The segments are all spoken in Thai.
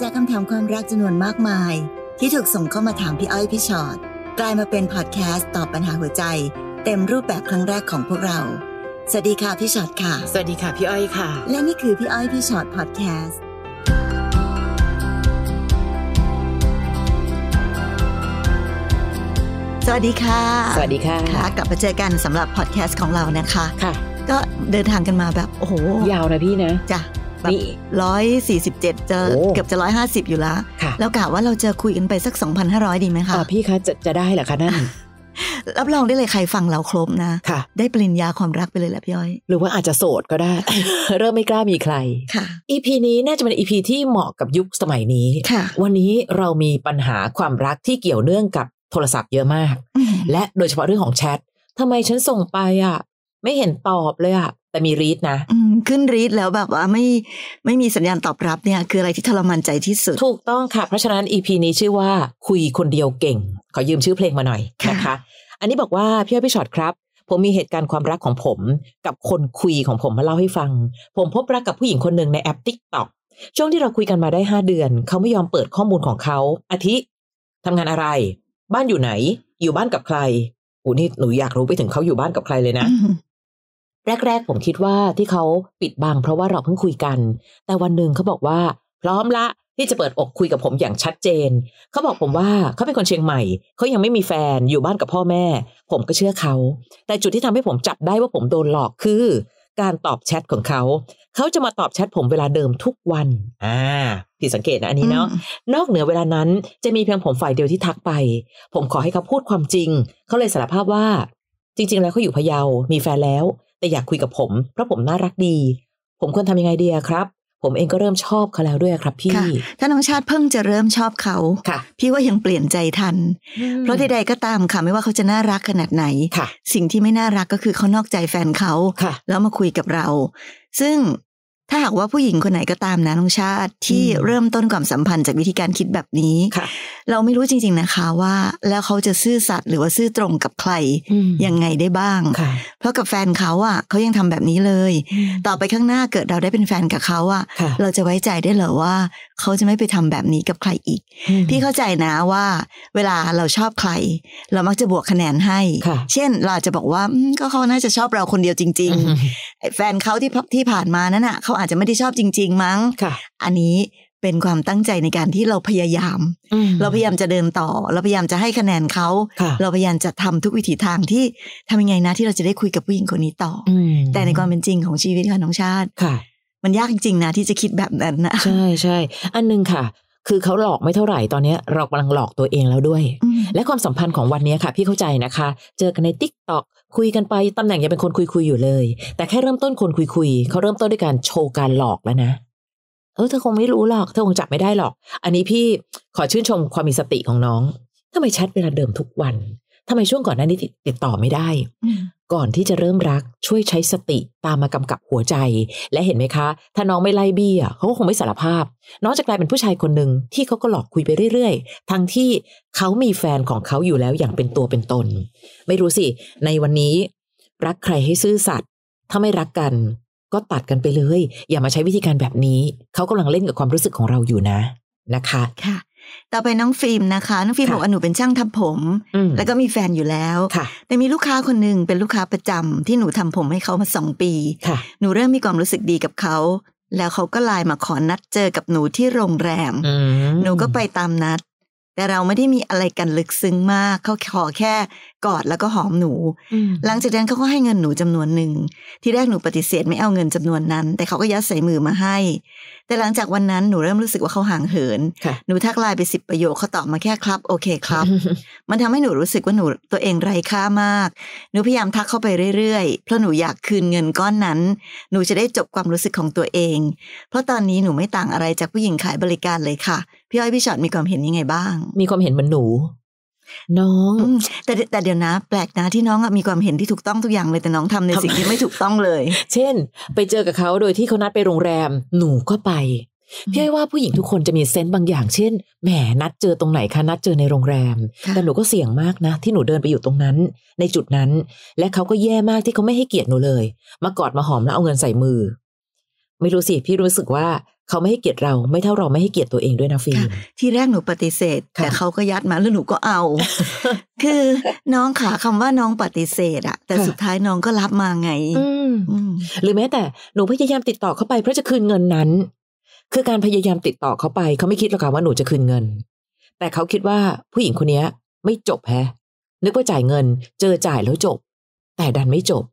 จากคำถามความรักจำนวนมากมาย ที่ถูกส่งเข้ามาถามพี่อ้อยพี่ชอ็อตกลายมาเป็นพอดแคสต์ตอบปัญหาหัวใจ เต็มรูปแบบครั้งแรกของพวกเรา สวัสดีค่ะพี่ชอ็อตค่ะ สวัสดีค่ะพี่อ้อยค่ะ และนี่คือพี่อ้อยพี่ชอ็อตพอดแคสต์สวัสดีค่ะ สวัสดีค่ะ ค่ะกลับมาเจอกันสำหรับพอดแคสต์ของเรานะคะ ค่ะ ก็เดินทางกันมาแบบโอ้โห ยาวนะพี่นะ จ้ะแบบ นี่ ร้อยสี่สิบเจ็ดจะ โอ้ เกือบจะร้อยห้าสิบอยู่แล้ว ค่ะ แล้วกะว่าเราจะคุยกันไปสัก 2,500 ดีไหมคะ อ่าพี่คะจะจะได้เหรอคะนั่น รับรองได้เลยใครฟังเราครบนะ ค่ะ ได้ปริญญาความรักไปเลยแหละพี่อ้อย หรือว่าอาจจะโสดก็ได้ เริ่มไม่กล้ามีใคร ค่ะ EP นี้น่าจะเป็น EP ที่เหมาะกับยุคสมัยนี้ ค่ะ วันนี้เรามีปัญหาความรักที่เกี่ยวเนื่องกับโทรศัพท์เยอะมาก อืม และโดยเฉพาะเรื่องของแชททำไมฉันส่งไปอ่ะ ไม่เห็นตอบเลยอ่ะ แต่มีรีดนะ อืมขึ้นรีดแล้วแบบว่าไม่ไม่มีสัญญาณตอบรับเนี่ย คืออะไรที่ทรมานใจที่สุด ถูกต้องค่ะ เพราะฉะนั้น EP นี้ชื่อว่าคุยคนเดียวเก่ง ขอยืมชื่อเพลงมาหน่อย ค่ะ นะคะ อันนี้บอกว่าพี่อ้อยพี่ชอตครับ ผมมีเหตุการณ์ความรักของผม กับคนคุยของผมมาเล่าให้ฟัง ผมพบรักกับผู้หญิงคนหนึ่งในแอปติ๊กต็อกช่วงที่เราคุยกันมาได้ 5 เดือน เขาไม่ยอมเปิดข้อมูลของเขาอาทิทำงานอะไร บ้านอยู่ไหน อยู่บ้านกับใครโอ้นี่หนูอยากรู้ไปถึงเขาอยู่บ้านกับใครเลยนะ อืม แรก ๆ ผมคิดว่าที่เขาปิดบังเพราะว่าเราเพิ่งคุยกัน แต่วันหนึ่งเขาบอกว่า พร้อมละที่จะเปิดอกคุยกับผมอย่างชัดเจน เขาบอกผมว่าเขาเป็นคนเชียงใหม่ เขายังไม่มีแฟนอยู่บ้านกับพ่อแม่ ผมก็เชื่อเขา แต่จุดที่ทำให้ผมจับได้ว่าผมโดนหลอกคือ การตอบแชทของเขา เขาจะมาตอบแชทผมเวลาเดิมทุกวัน อ่าผิดสังเกตนะอันนี้เนาะ นอกเหนือเวลานั้นจะมีเพียงผมฝ่ายเดียวที่ทักไป ผมขอให้เขาพูดความจริง เขาเลยสารภาพว่า จริง ๆ แล้วเขาอยู่พะเยา มีแฟนแล้ว แต่อยากคุยกับผม เพราะผมน่ารักดี ผมควรทำยังไงดีอะครับ ผมเองก็เริ่มชอบเขาแล้วด้วยอะครับพี่ ค่ะ ถ้าน้องชาติเพิ่งจะเริ่มชอบเขา ค่ะ พี่ว่ายังเปลี่ยนใจทัน เพราะใดๆก็ตามค่ะไม่ว่าเขาจะน่ารักขนาดไหน ค่ะ สิ่งที่ไม่น่ารักก็คือเขานอกใจแฟนเขา ค่ะ แล้วมาคุยกับเรา ซึ่งถ้าหากว่าผู้หญิงคนไหนก็ตามนะน้องชาติ ที่ อืม เริ่มต้นความสัมพันธ์จากวิธีการคิดแบบนี้ ค่ะ เราไม่รู้จริง ๆนะคะว่า แล้วเขาจะซื่อสัตย์หรือว่าซื่อตรงกับใครยังไงได้บ้าง ค่ะ เพราะกับแฟนเขาอ่ะเขายังทำแบบนี้เลย ต่อไปข้างหน้าเกิดเราได้เป็นแฟนกับเขาอ่ะ ค่ะ เราจะไว้ใจได้เหรอว่า เขาจะไม่ไปทำแบบนี้กับใครอีก พี่เข้าใจนะว่า เวลาเราชอบใคร เรามักจะบวกคะแนนให้ ค่ะ เช่น เราอาจจะบอกว่าอืมก็เขาน่าจะชอบเราคนเดียวจริง ๆ ไอ้แฟนเขาที่พที่ผ่านมานั่นน่ะเขาอาจจะไม่ได้ชอบจริง ๆ มั้ง ค่ะ อันนี้เป็นความตั้งใจในการที่เราพยายาม เราพยายามจะเดินต่อ เราพยายามจะให้คะแนนเขา ค่ะ เราพยายามจะทำทุกวิถีทางที่ทำยังไงนะที่เราจะได้คุยกับผู้หญิงคนนี้ต่ออ อืม แต่ในความเป็นจริงของชีวิตค่ะน้องชาติ ค่ะ มันยากจริงๆนะที่จะคิดแบบนั้นนะ ใช่ใช่ อันหนึงค่ะ คือเขาหลอกไม่เท่าไหร่ตอนเนี้ยเรากำลังหลอกตัวเองแล้วด้วย อืม และความสัมพันธ์ของวันนี้ค่ะ พี่เข้าใจนะคะ เจอกันในติ๊กต็อกคุยกันไปตำแหน่งยังเป็นคนคุยคุยๆอยู่เลย แต่แค่เริ่มต้นคนคุยคุยๆเขาเริ่มต้นด้วยการโชว์การหลอกแล้วนะ เออเธอคงไม่รู้หรอกเธอคงจับไม่ได้หรอก อันนี้พี่ขอชื่นชมความมีสติของน้องทำไมแชทเวลาเดิมทุกวันทำไมช่วงก่อนหน้านี้ติดติดต่อไม่ได้ อืม ก่อนที่จะเริ่มรักช่วยใช้สติตามมากำกับหัวใจ และเห็นไหมคะ ถ้าน้องไม่ไล่เบี้ยเขาก็คงไม่สารภาพ น้องจะกลายเป็นผู้ชายคนหนึ่งที่เขาก็หลอกคุยไปเรื่อยๆ ทั้งที่เขามีแฟนของเขาอยู่แล้วอย่างเป็นตัวเป็นตน ไม่รู้สิ ในวันนี้ รักใครให้ซื่อสัตย์ถ้าไม่รักกัน ก็ตัดกันไปเลย อย่ามาใช้วิธีการแบบนี้เขากำลังเล่นกับความรู้สึกของเราอยู่นะนะคะ ค่ะ ต่อไปน้องฟิล์มนะคะ น้องฟิล์ม ค่ะ บอกว่าหนูเป็นช่างทำผม อืม แล้วก็มีแฟนอยู่แล้ว ค่ะ แต่มีลูกค้าคนหนึ่งเป็นลูกค้าประจำที่หนูทำผมให้เขามาสองปี ค่ะ หนูเริ่มมีความรู้สึกดีกับเขา แล้วเขาก็ไลน์มาขอนัดเจอกับหนูที่โรงแรม อืม หนูก็ไปตามนัด แต่เราไม่ได้มีอะไรกันลึกซึ้งมาก เขาขอแค่กอดแล้วก็หอมหนู อืม หลังจากนั้นเขาก็ให้เงินหนูจำนวนหนึ่ง ที่แรกหนูปฏิเสธไม่เอาเงินจำนวนนั้น แต่เขาก็ยัดใส่มือมาให้ แต่หลังจากวันนั้นหนูเริ่มรู้สึกว่าเขาห่างเหิน ค่ะ หนูทักไลน์ไปสิบประโยคเขาตอบมาแค่ครับโอเคครับ มันทำให้หนูรู้สึกว่าหนูตัวเองไร้ค่ามาก หนูพยายามทักเข้าไปเรื่อยๆ เพราะหนูอยากคืนเงินก้อนนั้น หนูจะได้จบความรู้สึกของตัวเอง เพราะตอนนี้หนูไม่ต่างอะไรจากผู้หญิงขายบริการเลยค่ะ พี่อ้อยพี่ชอตมีความเห็นยังไงบ้าง มีความเห็นเหมือนหนู น้อง อืมแต่แต่เดี๋ยวนะ แปลกนะที่น้องอะมีความเห็นที่ถูกต้องทุกอย่างเลยแต่น้องทำในสิ่งที่ไม่ถูกต้องเลย เช่น ไปเจอกับเขาโดยที่เขานัดไปโรงแรม หนูก็ไป อืม พี่อ้อยว่าผู้หญิงทุกคนจะมีเซนต์บางอย่าง เช่น แหมนัดเจอตรงไหนคะนัดเจอในโรงแรม ค่ะ แต่หนูก็เสี่ยงมากนะ ที่หนูเดินไปอยู่ตรงนั้น ในจุดนั้น และเขาก็แย่มากที่เขาไม่ให้เกียรติหนูเลย มากอดมาหอมแล้วเอาเงินใส่มือ ไม่รู้สิพี่รู้สึกว่า เขาไม่ให้เกียรติเราไม่เท่าเราไม่ให้เกียรติตัวเองด้วยนะฟิล์ม ที่แรกหนูปฏิเสธ ค่ะ แต่เขาก็ยัดมาแล้วหนูก็เอา คือน้องขาคำว่าน้องปฏิเสธอะแต่ ค่ะ สุดท้ายน้องก็รับมาไง อืม อืม หรือแม้แต่หนูพยายามติดต่อเขาไปเพราะจะคืนเงินนั้น คือการพยายามติดต่อเขาไป เขาไม่คิดหรอกค่ะว่าหนูจะคืนเงิน แต่เขาคิดว่าผู้หญิงคนเนี้ย ไม่จบแฮะ นึกว่าจ่ายเงิน เจอจ่ายแล้วจบ แต่ดันไม่จบ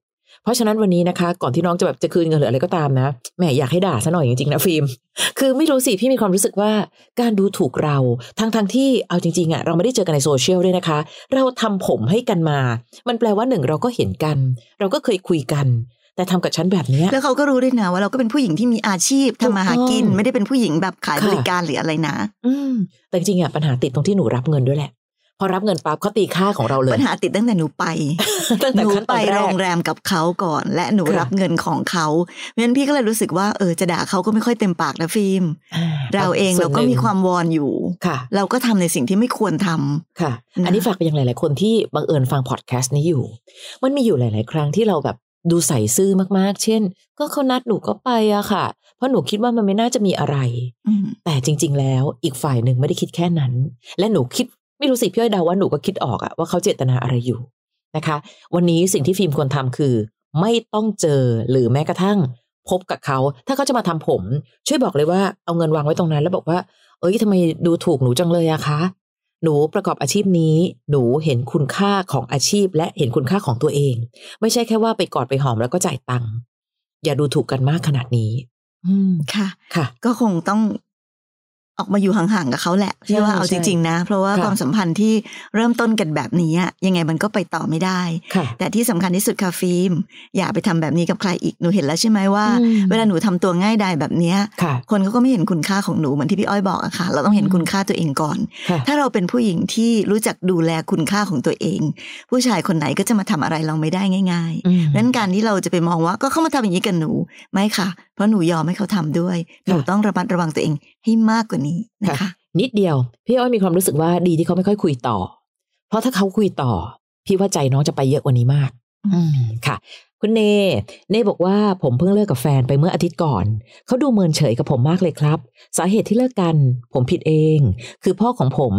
เพราะฉะนั้นวันนี้นะคะ ก่อนที่น้องจะแบบจะคืนเงินหรืออะไรก็ตามนะแหมอยากให้ด่าซะหน่อยจริงๆนะฟิล์ม คือไม่รู้สิพี่มีความรู้สึกว่าการดูถูกเราทั้งทงๆที่เอาจริงๆอะเราไม่ได้เจอกันในโซเชียลด้วยนะคะ เราทำผมให้กันมา มันแปลว่าหนึ่งเราก็เห็นกัน เราก็เคยคุยกัน แต่ทำกับฉันแบบเนี้ย แล้วเขาก็รู้ด้วยนะว่าเราก็เป็นผู้หญิงที่มีอาชีพทำมาหากิน ถูกต้อง ไม่ได้เป็นผู้หญิงแบบขาย ค่ะ บริการหรืออะไรนะ อืมแต่จริงๆอะปัญหาติดตรงที่หนูรับเงินด้วยแหละ พอรับเงินปั๊บเขาตีค่าของเราเลย ปัญหาติดตั้งแต่หนูไป ตั้งแต่ หนู ขั้นต ไป อนแร โร ก งแรมกับเขาก่อน และหนู ค่ะ รับเงินของเขาเพราะฉะนั้นพี่ก็เลยรู้สึกว่าเออจะด่าเขาก็ไม่ค่อยเต็มปากนะฟิล์ม อ่ เราเอง ส่ เรา นห ก็ นึ่ มีความวอนอยู่ ค่ะ เราก็ทำในสิ่งที่ไม่ควรทำ ค่ะ นะ อันนี้ฝากไปยังหลาย ๆ คนที่บังเอิญฟังพอดแคสต์นี้อยู่ มันมีอยู่หลาย ๆ ครั้งที่เราแบบดูใส่ซื่อมาก ๆ เช่น ก็เขานัดหนูก็ไปอะค่ะ เพราะหนูคิดว่ามันไม่น่าจะมีอะไร อืม แต่จริง ๆ แล้วอีกฝ่ายหนึ่งไม่ได้คิดแค่นั้น และหนูคิดไม่รู้สิพี่อ้อยเดาว่าหนูก็คิดออกอะว่าเขาเจตนาอะไรอยู่นะคะ วันนี้สิ่งที่ฟิล์มควรทำคือ ไม่ต้องเจอหรือแม้กระทั่งพบกับเขา ถ้าเขาจะมาทำผม ช่วยบอกเลยว่าเอาเงินวางไว้ตรงนั้น แล้วบอกว่า เอ้ยทำไมดูถูกหนูจังเลยอะคะ หนูประกอบอาชีพนี้ หนูเห็นคุณค่าของอาชีพ และเห็นคุณค่าของตัวเอง ไม่ใช่แค่ว่าไปกอดไปหอมแล้วก็จ่ายตังค์อย่าดูถูกกันมากขนาดนี้ อืม ค่ะ ค่ะ ก็คงต้องออกมาอยู่ห่างๆกับเขาแหละพี่ว่า ใช่ เอาจริง ๆ นะ เพราะว่า ค่ะ ความสัมพันธ์ที่เริ่มต้นกันแบบนี้อะยังไงมันก็ไปต่อไม่ได้ ค่ะ แต่ที่สำคัญที่สุดค่ะฟิล์มอย่าไปทำแบบนี้กับใครอีกหนูเห็นแล้วใช่ไหมว่า อืม เวลาหนูทำตัวง่ายดายแบบเนี้ย ค่ะ คนเขาก็ไม่เห็นคุณค่าของหนูเหมือนที่พี่อ้อยบอกอะค่ะ เราต้องเห็น อืม คุณค่าตัวเองก่อน ค่ะ ถ้าเราเป็นผู้หญิงที่รู้จักดูแลคุณค่าของตัวเอง ผู้ชายคนไหนก็จะมาทำอะไรเราไม่ได้ง่าย อืม ๆนั้นการที่เราจะไปมองว่าก็เข้ามาทำอย่างนี้กับหนูไม่ค่ะ เพราะหนูยอมให้เขาทำด้วย หนูต้องระมัดระวังตัวเองให้มากกว่านี้นะคะ นิดเดียว พี่อ้อยมีความรู้สึกว่าดีที่เขาไม่ค่อยคุยต่อ เพราะถ้าเขาคุยต่อ พี่ว่าใจน้องจะไปเยอะกว่านี้มาก อืมค่ะ คุณเน เนบอกว่าผมเพิ่งเลิกกับแฟนไปเมื่ออาทิตย์ก่อน เขาดูเมินเฉยกับผมมากเลยครับ สาเหตุที่เลิกกัน ผมผิดเอง คือพ่อของผม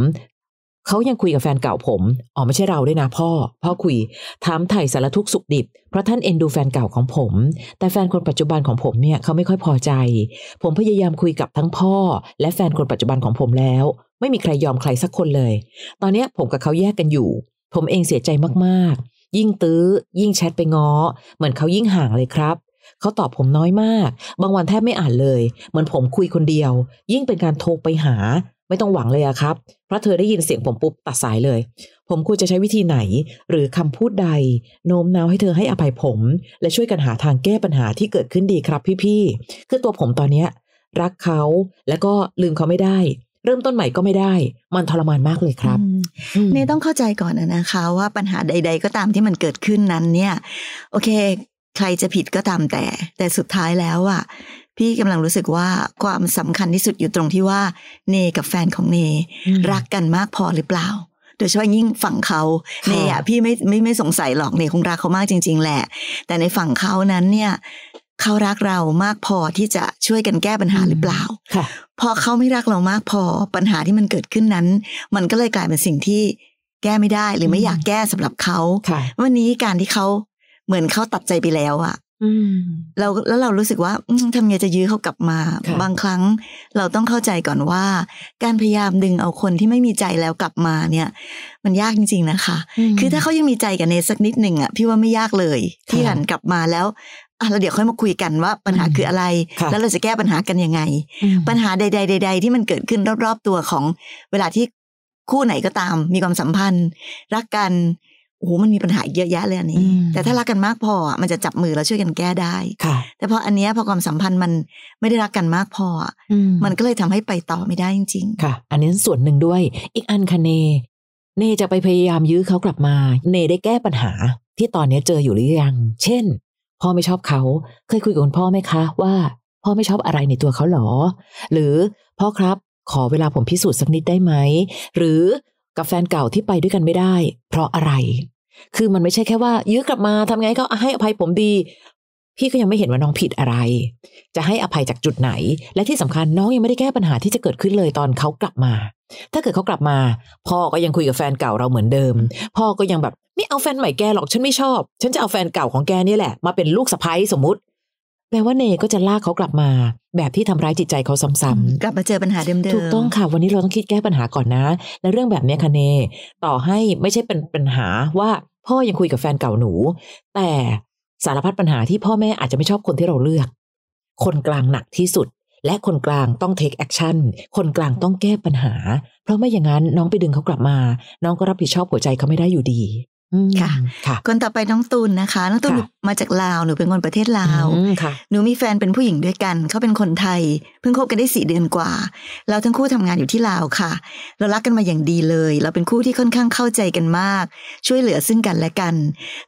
เขายังคุยกับแฟนเก่าผมอ๋อไม่ใช่เราด้วยนะพ่อ พ่อคุย ถามไถ่สารทุกข์สุขดิบ เพราะท่านเอ็นดูแฟนเก่าของผม แต่แฟนคนปัจจุบันของผมเนี่ยเขาไม่ค่อยพอใจ ผมพยายามคุยกับทั้งพ่อ และแฟนคนปัจจุบันของผมแล้ว ไม่มีใครยอมใครสักคนเลย ตอนเนี้ยผมกับเขาแยกกันอยู่ ผมเองเสียใจมากๆ ยิ่งตื้อ ยิ่งแชทไปง้อ เหมือนเขายิ่งห่างเลยครับ เขาตอบผมน้อยมาก บางวันแทบไม่อ่านเลย เหมือนผมคุยคนเดียว ยิ่งเป็นการโทรไปหา ไม่ต้องหวังเลยอะครับ เพราะเธอได้ยินเสียงผมปุ๊บตัดสายเลย ผมควรจะใช้วิธีไหน หรือคำพูดใด โน้มน้าวให้เธอให้อภัยผม และช่วยกันหาทางแก้ปัญหาที่เกิดขึ้นดีครับพี่ๆ คือตัวผมตอนเนี้ย รักเขาแล้วก็ลืมเขาไม่ได้ เริ่มต้นใหม่ก็ไม่ได้ มันทรมานมากเลยครับม เนี่ยต้องเข้าใจก่อนนะนะคะว่าปัญหาใด ๆ ก็ตามที่มันเกิดขึ้นนั้นเนี่ย โอเค ใครจะผิดก็ตามแต่ แต่สุดท้ายแล้วอะพี่กำลังรู้สึกว่าความสำคัญที่สุดอยู่ตรงที่ว่า เนกับแฟนของเน อืม รักกันมากพอหรือเปล่า โดยเฉพาะยิ่งฝั่งเขา ค่ะ เนอะพี่ไม่ไม่ไม่สงสัยหรอกเนคงรักเขามากจริง ๆ แหละ แต่ในฝั่งเขานั้นเนี่ยเขารักเรามากพอที่จะช่วยกันแก้ปัญหาหรือเปล่า ค่ะ พอเขาไม่รักเรามากพอปัญหาที่มันเกิดขึ้นนั้น มันก็เลยกลายเป็นสิ่งที่แก้ไม่ได้หรือไม่ อืม อยากแก้สำหรับเขา ค่ะ วันนี้การที่เขาเหมือนเขาตัดใจไปแล้วอะ อืม เราแล้วเรารู้สึกว่าอืมทำไงจะยื้อเขากลับมา ค่ะ บางครั้งเราต้องเข้าใจก่อนว่า การพยายามดึงเอาคนที่ไม่มีใจแล้วกลับมาเนี่ย มันยากจริง ๆนะคะ คือถ้าเขายังมีใจกับเนสักนิดหนึ่งอะพี่ว่าไม่ยากเลยที่ ค่ะ หันกลับมาแล้วอ่ะเราเดี๋ยวค่อยมาคุยกันว่าปัญหา อืม คืออะไร ค่ะ แล้วเราจะแก้ปัญหากันยังไง อืม ปัญหาใด ๆ ใด ๆ ที่มันเกิดขึ้นรอบๆตัวของเวลาที่คู่ไหนก็ตาม มีความสัมพันธ์ รักกันโอ้โหมันมีปัญหาเยอะแยะเลยอัน อื นี้ ม แต่ถ้ารักกันมากพออ่ะมันจะจับมือแล้วช่วยกันแก้ได้ ค่ะ แต่พออันเนี้ยพอความสัมพันธ์มันไม่ได้รักกันมากพออ่ะ อื มันก็เลยทำให้ไปต่อไม่ได้จริง ค่ะ อันนี้ส่วนหนึ่งด้วย อีกอันคะเน เนจะไปพยายามยื้อเขากลับมา เนได้แก้ปัญหาที่ตอนนี้เจออยู่หรือยัง เช่น พ่อไม่ชอบเขา เคยคุยกับคุณพ่อไหมคะ ว่า พ่อไม่ชอบอะไรในตัวเขาหรอ หรือพ่อครับ ขอเวลาผมพิสูจน์สักนิดได้ไหม หรือกับแฟนเก่าที่ไปด้วยกันไม่ได้ เพราะอะไร คือมันไม่ใช่แค่ว่ายื้อกลับมาทำไงก็ให้อภัยผมดี พี่ก็ยังไม่เห็นว่าน้องผิดอะไร จะให้อภัยจากจุดไหน และที่สำคัญน้องยังไม่ได้แก้ปัญหาที่จะเกิดขึ้นเลยตอนเขากลับมา ถ้าเกิดเขากลับมา พ่อก็ยังคุยกับแฟนเก่าเราเหมือนเดิม พ่อก็ยังแบบไม่เอาแฟนใหม่แกหรอกฉันไม่ชอบ ฉันจะเอาแฟนเก่าของแกเนี่ยแหละ มาเป็นลูกสะใภ้สมมติแปลว่าเนก็จะลากเขากลับมา แบบที่ทำร้ายจิตใจเขาซ้ำๆ กลับมาเจอปัญหาเดิมๆ ถูกต้องค่ะ วันนี้เราต้องคิดแก้ปัญหาก่อนนะ และเรื่องแบบเนี้ยค่ะเน ต่อให้ไม่ใช่เป็นปัญหาว่าพ่อยังคุยกับแฟนเก่าหนู แต่สารพัดปัญหาที่พ่อแม่อาจจะไม่ชอบคนที่เราเลือก คนกลางหนักที่สุด และคนกลางต้อง take action คนกลางต้องแก้ปัญหา เพราะไม่อย่างนั้นน้องไปดึงเขากลับมา น้องก็รับผิดชอบหัวใจเขาไม่ได้อยู่ดีอืม ค่ะ ค่ะ คนต่อไปน้องตูนนะคะน้องตูน ค่ะ มาจากลาวหนูเป็นคนประเทศลาว อืมค่ะ หนูมีแฟนเป็นผู้หญิงด้วยกัน เขาเป็นคนไทย เพิ่งคบกันได้สี่เดือนกว่า เราทั้งคู่ทำงานอยู่ที่ลาวค่ะ เรารักกันมาอย่างดีเลย เราเป็นคู่ที่ค่อนข้างเข้าใจกันมาก ช่วยเหลือซึ่งกันและกัน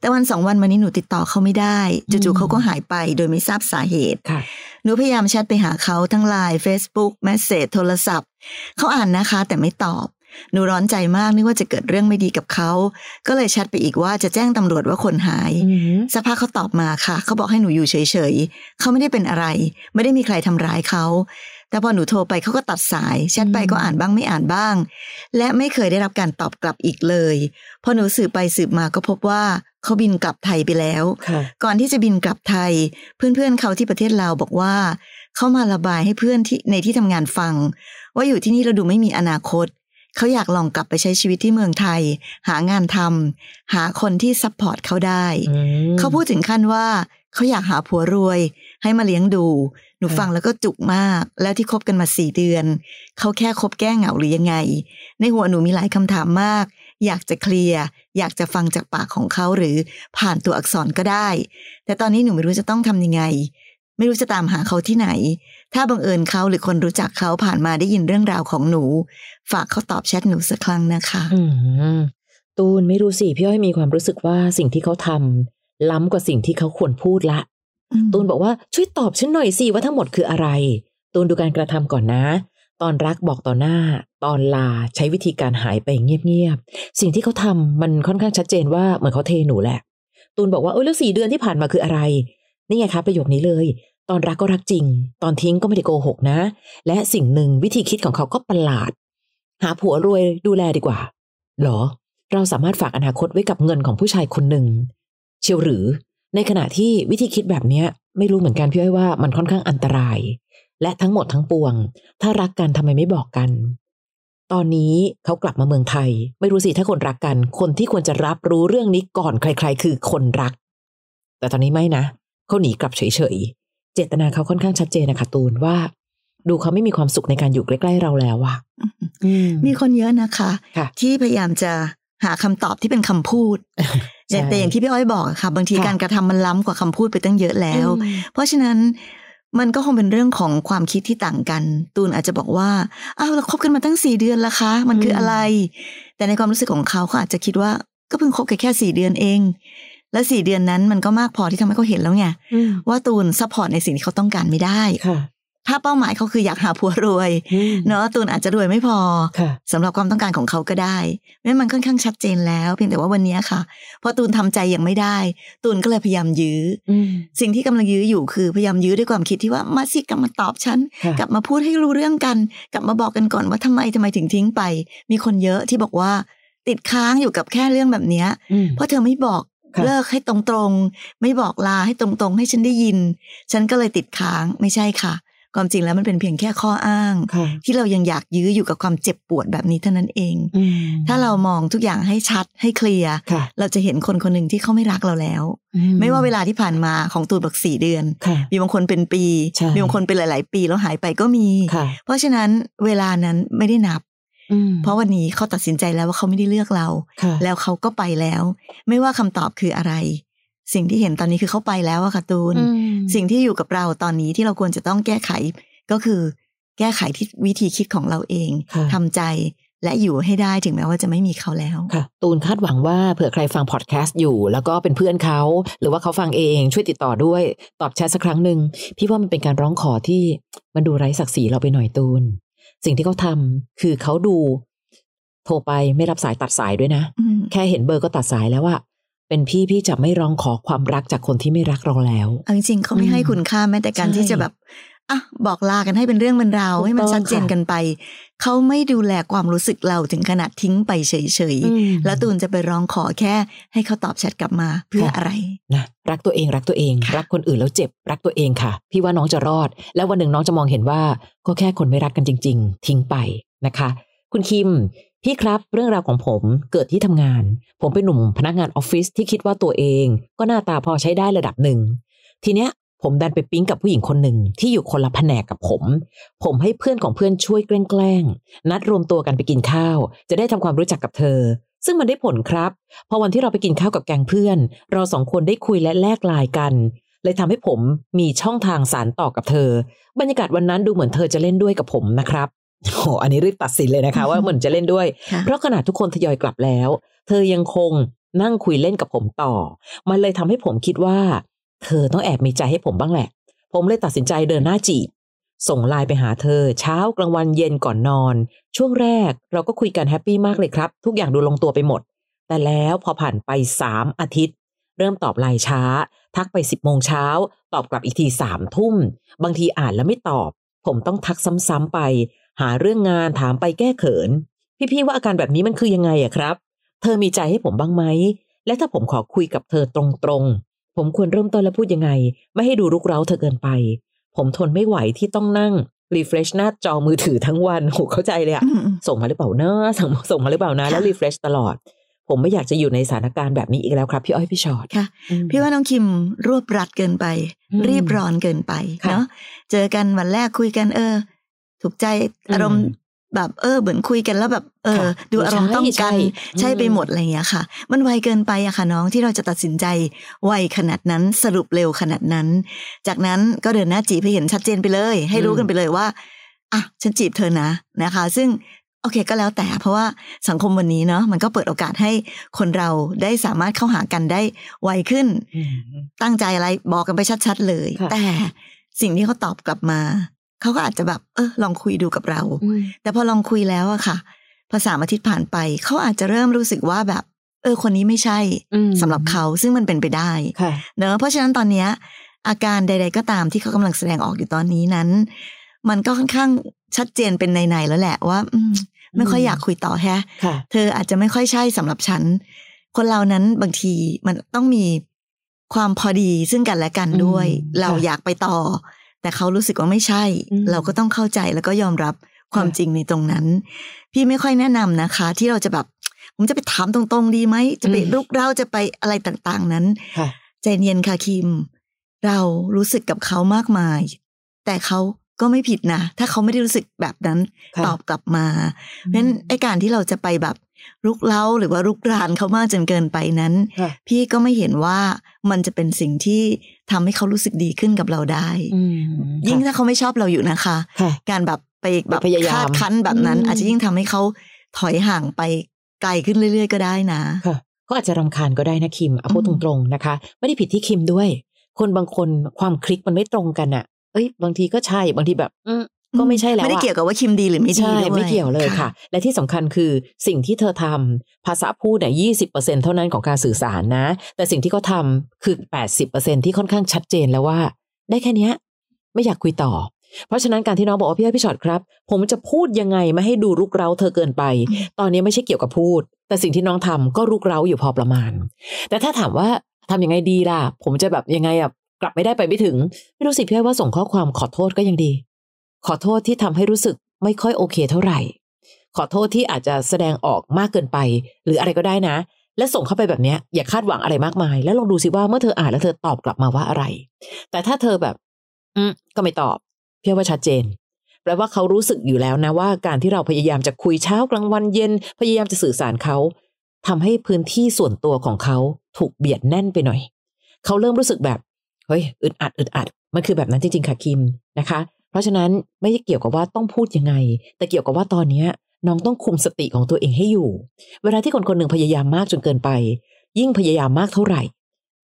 แต่วันสองวันมานี้หนูติดต่อเขาไม่ได้ อื จู่ ม ๆเขาก็หายไปโดยไม่ทราบสาเหตุ ค่ะ หนูพยายามแชทไปหาเขาทั้งไลน์ Facebook แมสเซจโทรศัพท์ เขาอ่านนะคะ แต่ไม่ตอบ หนูร้อนใจมากนึกว่าจะเกิดเรื่องไม่ดีกับเขา ก็เลยแชทไปอีกว่าจะแจ้งตำรวจว่าคนหาย อืม สักพักเขาตอบมาค่ะ เขาบอกให้หนูอยู่เฉยๆ เขาไม่ได้เป็นอะไร ไม่ได้มีใครทำร้ายเขา แต่พอหนูโทรไปเขาก็ตัดสายแชทไปก็อ่านบ้างไม่อ่านบ้าง และไม่เคยได้รับการตอบกลับอีกเลย พอหนูสืบไปสืบมาก็พบว่าเขาบินกลับไทยไปแล้ว ค่ะ ก่อนที่จะบินกลับไทย เพื่อนๆเขาที่ประเทศลาวบอกว่า เขามาระบายให้เพื่อนที่ในที่ทำงานฟัง ว่าอยู่ที่นี่เราดูไม่มีอนาคต เขาอยากลองกลับไปใช้ชีวิตที่เมืองไทย หางานทำหาคนที่ซัพพอร์ตเขาได้ อืม เขาพูดถึงขั้นว่าเขาอยากหาผัวรวย ให้มาเลี้ยงดู หนู ค่ะ ฟังแล้วก็จุกมาก แล้วที่คบกันมาสี่เดือน เขาแค่คบแก้เหงาหรือยังไง ในหัวหนูมีหลายคำถามมาก อยากจะเคลียร์อยากจะฟังจากปากของเขาหรือผ่านตัวอักษรก็ได้ แต่ตอนนี้หนูไม่รู้จะต้องทำยังไง ไม่รู้จะตามหาเขาที่ไหน ถ้าบังเอิญเขาหรือคนรู้จักเขาผ่านมาได้ยินเรื่องราวของหนู ฝากเขาตอบแชทหนูสักครั้งนะคะ อืมตูนไม่รู้สิพี่อ้อยมีความรู้สึกว่าสิ่งที่เขาทำล้ำกว่าสิ่งที่เขาควรพูดละ ตูนบอกว่าช่วยตอบฉันหน่อยสิว่าทั้งหมดคืออะไร ตูนดูการกระทำก่อนนะ ตอนรักบอกต่อหน้า ตอนลาใช้วิธีการหายไปเงียบๆสิ่งที่เขาทำมันค่อนข้างชัดเจนว่าเหมือนเขาเทหนูแหละ ตูนบอกว่าเออแล้วสี่เดือนที่ผ่านมาคืออะไร นี่ไงคะประโยคนี้เลย ตอนรักก็รักจริง ตอนทิ้งก็ไม่ได้โกหกนะ และสิ่งหนึ่งวิธีคิดของเขาก็ประหลาด หาผัวรวยดูแลดีกว่าหรอ เราสามารถฝากอนาคตไว้กับเงินของผู้ชายคนหนึ่งเชียวหรือ ในขณะที่วิธีคิดแบบเนี้ย ไม่รู้เหมือนกันพี่อ้อยว่ามันค่อนข้างอันตราย และทั้งหมดทั้งปวง ถ้ารักกันทำไมไม่บอกกัน ตอนนี้เขากลับมาเมืองไทย ไม่รู้สิถ้าคนรักกัน คนที่ควรจะรับรู้เรื่องนี้ก่อนใคร ๆ คือคนรัก แต่ตอนนี้ไม่นะเขาหนีกลับเฉยๆเจตนาเขาค่อนข้างชัดเจนนะคะตูนว่า ดูเขาไม่มีความสุขในการอยู่ใกล้ๆเราแล้วอะอื มีคนเยอะนะคะ ค่ะ ที่พยายามจะหาคำตอบที่เป็นคำพู ด ใช่ แต่แต่อย่างที่พี่อ้อยบอกอะค่ะ บางที ค่ะ การกระทำมันล้ำกว่าคำพูดไปตั้งเยอะแล้ว อืม เพราะฉะนั้นมันก็คงเป็นเรื่องของความคิดที่ต่างกัน ตูนอาจจะบอกว่าอ้าวเราคบกันมาตั้งสี่เดือนละคะ มันคือ ม อะไร แต่ในความรู้สึกของเขาเขาอาจจะคิดว่าก็เพิ่งคบกันแค่สี่เดือนเอง และสี่เดือนนั้นมันก็มากพอที่ทำให้เขาเห็นแล้วไง อืม ว่าตูนซัพพอร์ตในสิ่งที่เขาต้องการไม่ได้ ค่ะ ถ้าเป้าหมายเขาคืออยากหาผัวรวย อืม เนาะตูนอาจจะรวยไม่พอ ค่ะ สำหรับความต้องการของเขาก็ได้แม้มันค่อนข้างชัดเจนแล้วเพียงแต่ว่าวันเนี้ยค่ะพอตูนทำใจยังไม่ได้ ตูนก็เลยพยายามยื้อ อืม สิ่งที่กำลังยื้ออยู่คือพยายามยื้อด้วยความคิดที่ว่ามาสิกลับมาตอบฉัน ค่ะ กลับมาพูดให้รู้เรื่องกัน กลับมาบอกกันก่อนว่าทำไมทำไมถึงทิ้งไป มีคนเยอะที่บอกว่า ติดค้างอยู่กับแค่เรื่องแบบเนี้ย อืม เพราะเธอไม่บอก ค่ะ เลิกให้ตรงๆ ไม่บอกลาให้ตรงๆ ให้ฉันได้ยิน ฉันก็เลยติดค้างไม่ใช่ค่ะ ความจริงแล้วมันเป็นเพียงแค่ข้ออ้าง ค่ะ ที่เรายังอยากยื้ออยู่กับความเจ็บปวดแบบนี้เท่านั้นเอง อืม ถ้าเรามองทุกอย่างให้ชัดให้เคลียร์ ค่ะ เราจะเห็นคนคนหนึ่งที่เขาไม่รักเราแล้ว อื ไม่ว่าเวลาที่ผ่านมาของตูนบอกสี่เดือน ค่ะ มีบางคนเป็นปี ใช่ มีบางคนเป็นหลาย ๆ ปีแล้วหายไปก็มี ค่ะ เพราะฉะนั้นเวลานั้นไม่ได้นับ อืม เพราะวันนี้เขาตัดสินใจแล้วว่าเขาไม่ได้เลือกเรา ค่ะ แล้วเขาก็ไปแล้ว ไม่ว่าคำตอบคืออะไร สิ่งที่เห็นตอนนี้คือเขาไปแล้วอะค่ะตูน อืม สิ่งที่อยู่กับเราตอนนี้ที่เราควรจะต้องแก้ไข ก็คือแก้ไขที่วิธีคิดของเราเอง ค่ะ ทำใจและอยู่ให้ได้ถึงแม้ว่าจะไม่มีเขาแล้ว ค่ะ ตูนคาดหวังว่าเผื่อใครฟังพอดแคสต์อยู่ แล้วก็เป็นเพื่อนเขา หรือว่าเขาฟังเองช่วยติดต่อด้วย ตอบแชทสักครั้งหนึ่งพี่ว่ามันเป็นการร้องขอที่มันดูไร้ศักดิ์ศรีเราไปหน่อยตูน สิ่งที่เขาทำคือเขาดู โทรไปไม่รับสายตัดสายด้วยนะ อืม แค่เห็นเบอร์ก็ตัดสายแล้วอะ เป็นพี่พี่จะไม่ร้องขอความรักจากคนที่ไม่รักเราแล้ว เอาจริงๆเขาไม่ อืม ให้คุณค่าแม้แต่การ ใช่ ที่จะแบบอ่ะบอกลากันให้เป็นเรื่องเป็นราว ถูก ให้มัน ต้อง ชัดเจน ค่ะ กันไป เขาไม่ดูแลความรู้สึกเราถึงขนาดทิ้งไปเฉยๆ แล้วตูนจะไปร้องขอแค่ให้เขาตอบแชทกลับมาเพื่ออะไร นะรักตัวเองรักตัวเอง รักคนอื่นแล้วเจ็บรักตัวเองค่ะ พี่ว่าน้องจะรอด แล้ววันหนึ่งน้องจะมองเห็นว่า ก็แค่คนไม่รักกันจริง ๆ ทิ้งไปนะคะ คุณคิม พี่ครับเรื่องราวของผมเกิดที่ทำงาน ผมเป็นหนุ่มพนักงานออฟฟิศที่คิดว่าตัวเอง ก็หน้าตาพอใช้ได้ระดับหนึ่ง ทีเนี้ยผมดันไปปิ๊งกับผู้หญิงคนหนึ่งที่อยู่คนละแผนกกับผม ผมให้เพื่อนของเพื่อนช่วยแกล้งๆนัดรวมตัวกันไปกินข้าว จะได้ทำความรู้จักกับเธอ ซึ่งมันได้ผลครับ พอวันที่เราไปกินข้าวกับแกงเพื่อน เราสองคนได้คุยและแลกไลายกัน เลยทำให้ผมมีช่องทางสารต่อกับเธอ บรรยากาศวันนั้นดูเหมือนเธอจะเล่นด้วยกับผมนะครับโอ้โหอันนี้รีบตัดสินเลย นะคะ ว่าเหมือนจะเล่นด้วย ค่ะ เพราะขนาดทุกคนทยอยกลับแล้ว เธอยังคงนั่งคุยเล่นกับผมต่อ มันเลยทำให้ผมคิดว่า เธอต้องแอบมีใจให้ผมบ้างแหละ ผมเลยตัดสินใจเดินหน้าจีบ ส่งไลน์ไปหาเธอ เช้ากลางวันเย็นก่อนนอน ช่วงแรกเราก็คุยกันแฮปปี้มากเลยครับ ทุกอย่างดูลงตัวไปหมด แต่แล้วพอผ่านไป 3 อาทิตย์ เริ่มตอบไลน์ช้า ทักไป 10บโมงเช้า ตอบกลับอีกที3ามทุ่ม บางทีอ่านแล้วไม่ตอบ ผมต้องทักซ้ำๆไป หาเรื่องงานถามไปแก้เขิน พี่ๆว่าอาการแบบนี้มันคือยังไงอะครับ เธอมีใจให้ผมบ้างไหม และถ้าผมขอคุยกับเธอตรงๆ ผมควรเริ่มต้นและพูดยังไง ไม่ให้ดูรุกเร้าเธอเกินไป ผมทนไม่ไหวที่ต้องนั่งรีเฟรชหน้าจอมือถือทั้งวันโหเข้าใจเลยอะ อืม ส่งมาหรือเปล่านะ ส่งส่งมาหรือเปล่านะ แล้ว ค่ะ รีเฟรชตลอด ผมไม่อยากจะอยู่ในสถานการณ์แบบนี้อีกแล้วครับ พี่อ้อยพี่ชอ็อต ค่ะ พี่ว่าน้องคิมรวบรัดเกินไป อืม รีบร้อนเกินไป ค่ะ เนาะเจอกันวันแรกคุยกันเออ ถูกใจ อืม อารมณ์แบบเออเหมือนคุยกันแล้วแบบเออ ค่ะ ดูอารมณ์ต้อง ใช่ กัน ใช่ ใช่ไป อืม หมดอะไรอย่างเงี้ยค่ะ มันไวเกินไปอะค่ะน้องที่เราจะตัดสินใจไวขนาดนั้นสรุปเร็วขนาดนั้น จากนั้นก็เดินหน้าจีบให้เห็นชัดเจนไปเลย ให้รู้กันไปเลยว่าอ่ะฉันจีบเธอนะนะคะ ซึ่ง โอเคก็แล้วแต่เพราะว่าสังคมวันนี้เนาะมันก็เปิดโอกาสให้คนเราได้สามารถเข้าหากันได้ไวขึ้น ตั้งใจอะไรบอกกันไปชัดๆเลย ค่ะ แต่สิ่งที่เขาตอบกลับมา เขาก็อาจจะแบบ เออลองคุยดูกับเรา แต่พอลองคุยแล้วอะค่ะ พอสามอาทิตย์ผ่านไป เขาอาจจะเริ่มรู้สึกว่าแบบ เออ คนนี้ไม่ใช่สำหรับเขาซึ่งมันเป็นไปได้ ค่ะ เนอะเพราะฉะนั้นตอนเนี้ยอาการใด ๆ ก็ตามที่เขากำลังแสดงออกอยู่ตอนนี้นั้น มันก็ค่อนข้างชัดเจนเป็นในๆแล้วแหละว่า อืมไม่ค่อย อืม อยากคุยต่อแฮะ ค่ะ เธออาจจะไม่ค่อยใช่สำหรับฉัน คนเรานั้นบางทีมันต้องมีความพอดีซึ่งกันและกันด้วย อืม เรา ค่ะ อยากไปต่อ แต่เขารู้สึกว่าไม่ใช่ อืม เราก็ต้องเข้าใจแล้วก็ยอมรับความ ค่ะ จริงในตรงนั้น พี่ไม่ค่อยแนะนำนะคะ ที่เราจะแบบ ผมจะไปถามตรงๆ ดีไหม จะไป อืม ลุกเร้าจะไปอะไรต่างๆนั้น ค่ะ ใจเย็นค่ะคิม เรารู้สึกกับเขามากมาย แต่เขาก็ไม่ผิดนะ ถ้าเขาไม่ได้รู้สึกแบบนั้น ค่ะ ตอบกลับมา เพราะฉะนั้นไอการที่เราจะไปแบบลุกเล้าหรือว่าลุกรานเขามากจนเกินไปนั้น ค่ะ พี่ก็ไม่เห็นว่ามันจะเป็นสิ่งที่ทำให้เขารู้สึกดีขึ้นกับเราได้ อืม ยิ่งถ้าเขาไม่ชอบเราอยู่นะคะ ค่ะ การแบบไปแบบ พยายาม คาดคั้นแบบนั้น อืม อาจจะยิ่งทำให้เขาถอยห่างไปไกลขึ้นเรื่อยๆ ก็ได้นะ ค่ะก็อาจจะรำคาญก็ได้นะคิมเอาพูด อืมตรงๆนะคะ ไม่ได้ผิดที่คิมด้วย คนบางคนความคลิกมันไม่ตรงกันอะเอ้ย บางทีก็ใช่บางทีแบบ อืมก็ไม่ใช่แล้วอะ ไม่ได้เกี่ยวกับว่าคิมดีหรือไม่ดี ใช่ ด้วย ไม่เกี่ยวเลยค่ะ และที่สำคัญคือสิ่งที่เธอทำภาษาพูดเนี่ยยีเท่านั้นของการสื่อสารนะ แต่สิ่งที่เขาทำคือ 80%ที่ค่อนข้างชัดเจนแล้วว่า ได้แค่เนี้ยไม่อยากคุยต่อ เพราะฉะนั้นการที่น้องบอกว่าพี่อ้อยพี่ชอตครับ ผมจะพูดยังไงไม่ให้ดูรุกเร้าเธอเกินไป อืม ตอนนี้ไม่ใช่เกี่ยวกับพูด แต่สิ่งที่น้องทำก็รุกเร้าอยู่พอประมาณ แต่ถ้าถามว่าทำยังไงดีล่ะ ผมจะแบบยังไงอ่ะกลับไม่ได้ไปไม่ถึง ไม่รู้สิพี่อ้อยว่าส่งข้อความขอโทษก็ยังดี ขอโทษที่ทำให้รู้สึกไม่ค่อยโอเคเท่าไหร่ ขอโทษที่อาจจะแสดงออกมากเกินไป หรืออะไรก็ได้นะ และส่งเข้าไปแบบเนี้ยอย่าคาดหวังอะไรมากมาย แล้วลองดูสิว่าเมื่อเธออ่านแล้วเธอตอบกลับมาว่าอะไร แต่ถ้าเธอแบบ อืมก็ไม่ตอบพี่ว่าชัดเจน แปลว่าเขารู้สึกอยู่แล้วนะว่าการที่เราพยายามจะคุยเช้ากลางวันเย็น พยายามจะสื่อสารเขาทำให้พื้นที่ส่วนตัวของเขาถูกเบียดแน่นไปหน่อย เขาเริ่มรู้สึกแบบ เฮ้ยอึดอัดอึดอัดมันคือแบบนั้นจริง ๆ ค่ะคิมนะคะ เพราะฉะนั้นไม่ได้เกี่ยวกับว่าต้องพูดยังไง แต่เกี่ยวกับว่าตอนเนี้ยน้องต้องคุมสติของตัวเองให้อยู่ เวลาที่คนคนหนึ่งพยายามมากจนเกินไป ยิ่งพยายามมากเท่าไหร่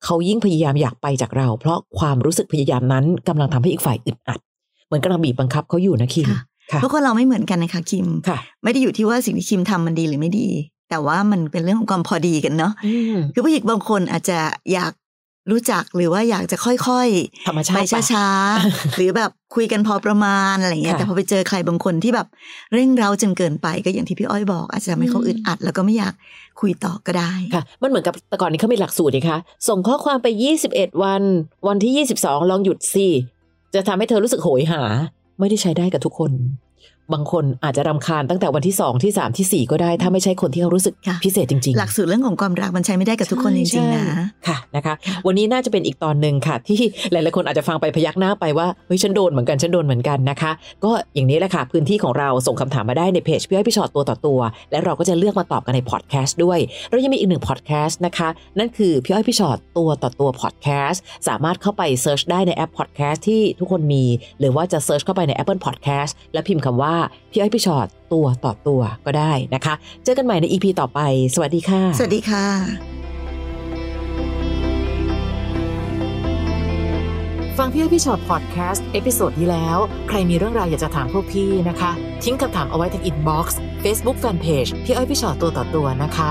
เขายิ่งพยายามอยากไปจากเรา เพราะความรู้สึกพยายามนั้นกำลังทำให้อีกฝ่ายอึดอัด เหมือนกำลังบีบบังคับเขาอยู่นะคิม ค่ะ เพราะคนเราไม่เหมือนกันนะคะคิม ค่ะ ไม่ได้อยู่ที่ว่าสิ่งที่คิมทำมันดีหรือไม่ดี แต่ว่ามันเป็นเรื่องของความพอดีกันเนาะ อืม คือผู้หญิงบางคนอาจจะอยากรู้จักหรือว่าอยากจะค่อยๆ ธรรมชา ไป ติ ช้า ๆ หรือแบบคุยกันพอประมาณอะไรเงี้ย ค่ะ แต่พอไปเจอใครบางคนที่แบบเร่งเร้าจนเกินไปก็อย่างที่พี่อ้อยบอก อาจจะทำให้เขา อืม อึดอัด แล้วก็ไม่อยากคุยต่อก็ได้ ค่ะ มันเหมือนกับแต่ก่อนนี้เขามีหลักสูตรนี่คะส่งข้อความไป 21 วัน วันที่ 22 ลองหยุดสิ จะทำให้เธอรู้สึกโหยหา ไม่ได้ใช้ได้กับทุกคน บางคนอาจจะรำคาญตั้งแต่วันที่ 2 ที่ 3 ที่ 4 ก็ได้ ถ้าไม่ใช่คนที่เขารู้สึก ค่ะ พิเศษจริง ๆ หลักสูตรเรื่องของความรักมันใช้ไม่ได้กับทุกคนจริงๆนะ ใช่ค่ะนะคะ วันนี้น่าจะเป็นอีกตอนหนึ่งค่ะ ที่หลายๆคนอาจจะฟังไปพยักหน้าไปว่าเฮ้ยฉันโดนเหมือนกันฉันโดนเหมือนกันนะคะ ก็อย่างนี้แหละค่ะ พื้นที่ของเราส่งคำถามมาได้ในเพจพี่อ้อยพี่ชอตตัวต่อตัว และเราก็จะเลือกมาตอบกันในพอดแคสต์ด้วย เรายังมีอีกหนึ่งพอดแคสต์นะคะ นั่นคือพี่อ้อยพี่ชอตตัวต่อตัวพอดแคสต์สามารถเข้าไปเซิร์ชได้ในแอปพอดแคสต์ที่ทุกคนมี หรือว่าจะเซิร์ชเข้าไปใน Apple Podcast และพิมพ์คำว่าพี่อ้อยพี่ชอตตัวต่อตัวก็ได้นะคะ เจอกันใหม่ใน EP ต่อไป สวัสดีค่ะ สวัสดีค่ะ ฟังพี่อ้อยพี่ชอตพอดแคสต์เอพิโซดนี้แล้ว ใครมีเรื่องราวอยากจะถามพวกพี่นะคะ ทิ้งคำถามเอาไว้ทางอินบ็อกซ์เฟซบุ๊กแฟนเพจพี่อ้อยพี่ชอตตัวต่อตัวนะคะ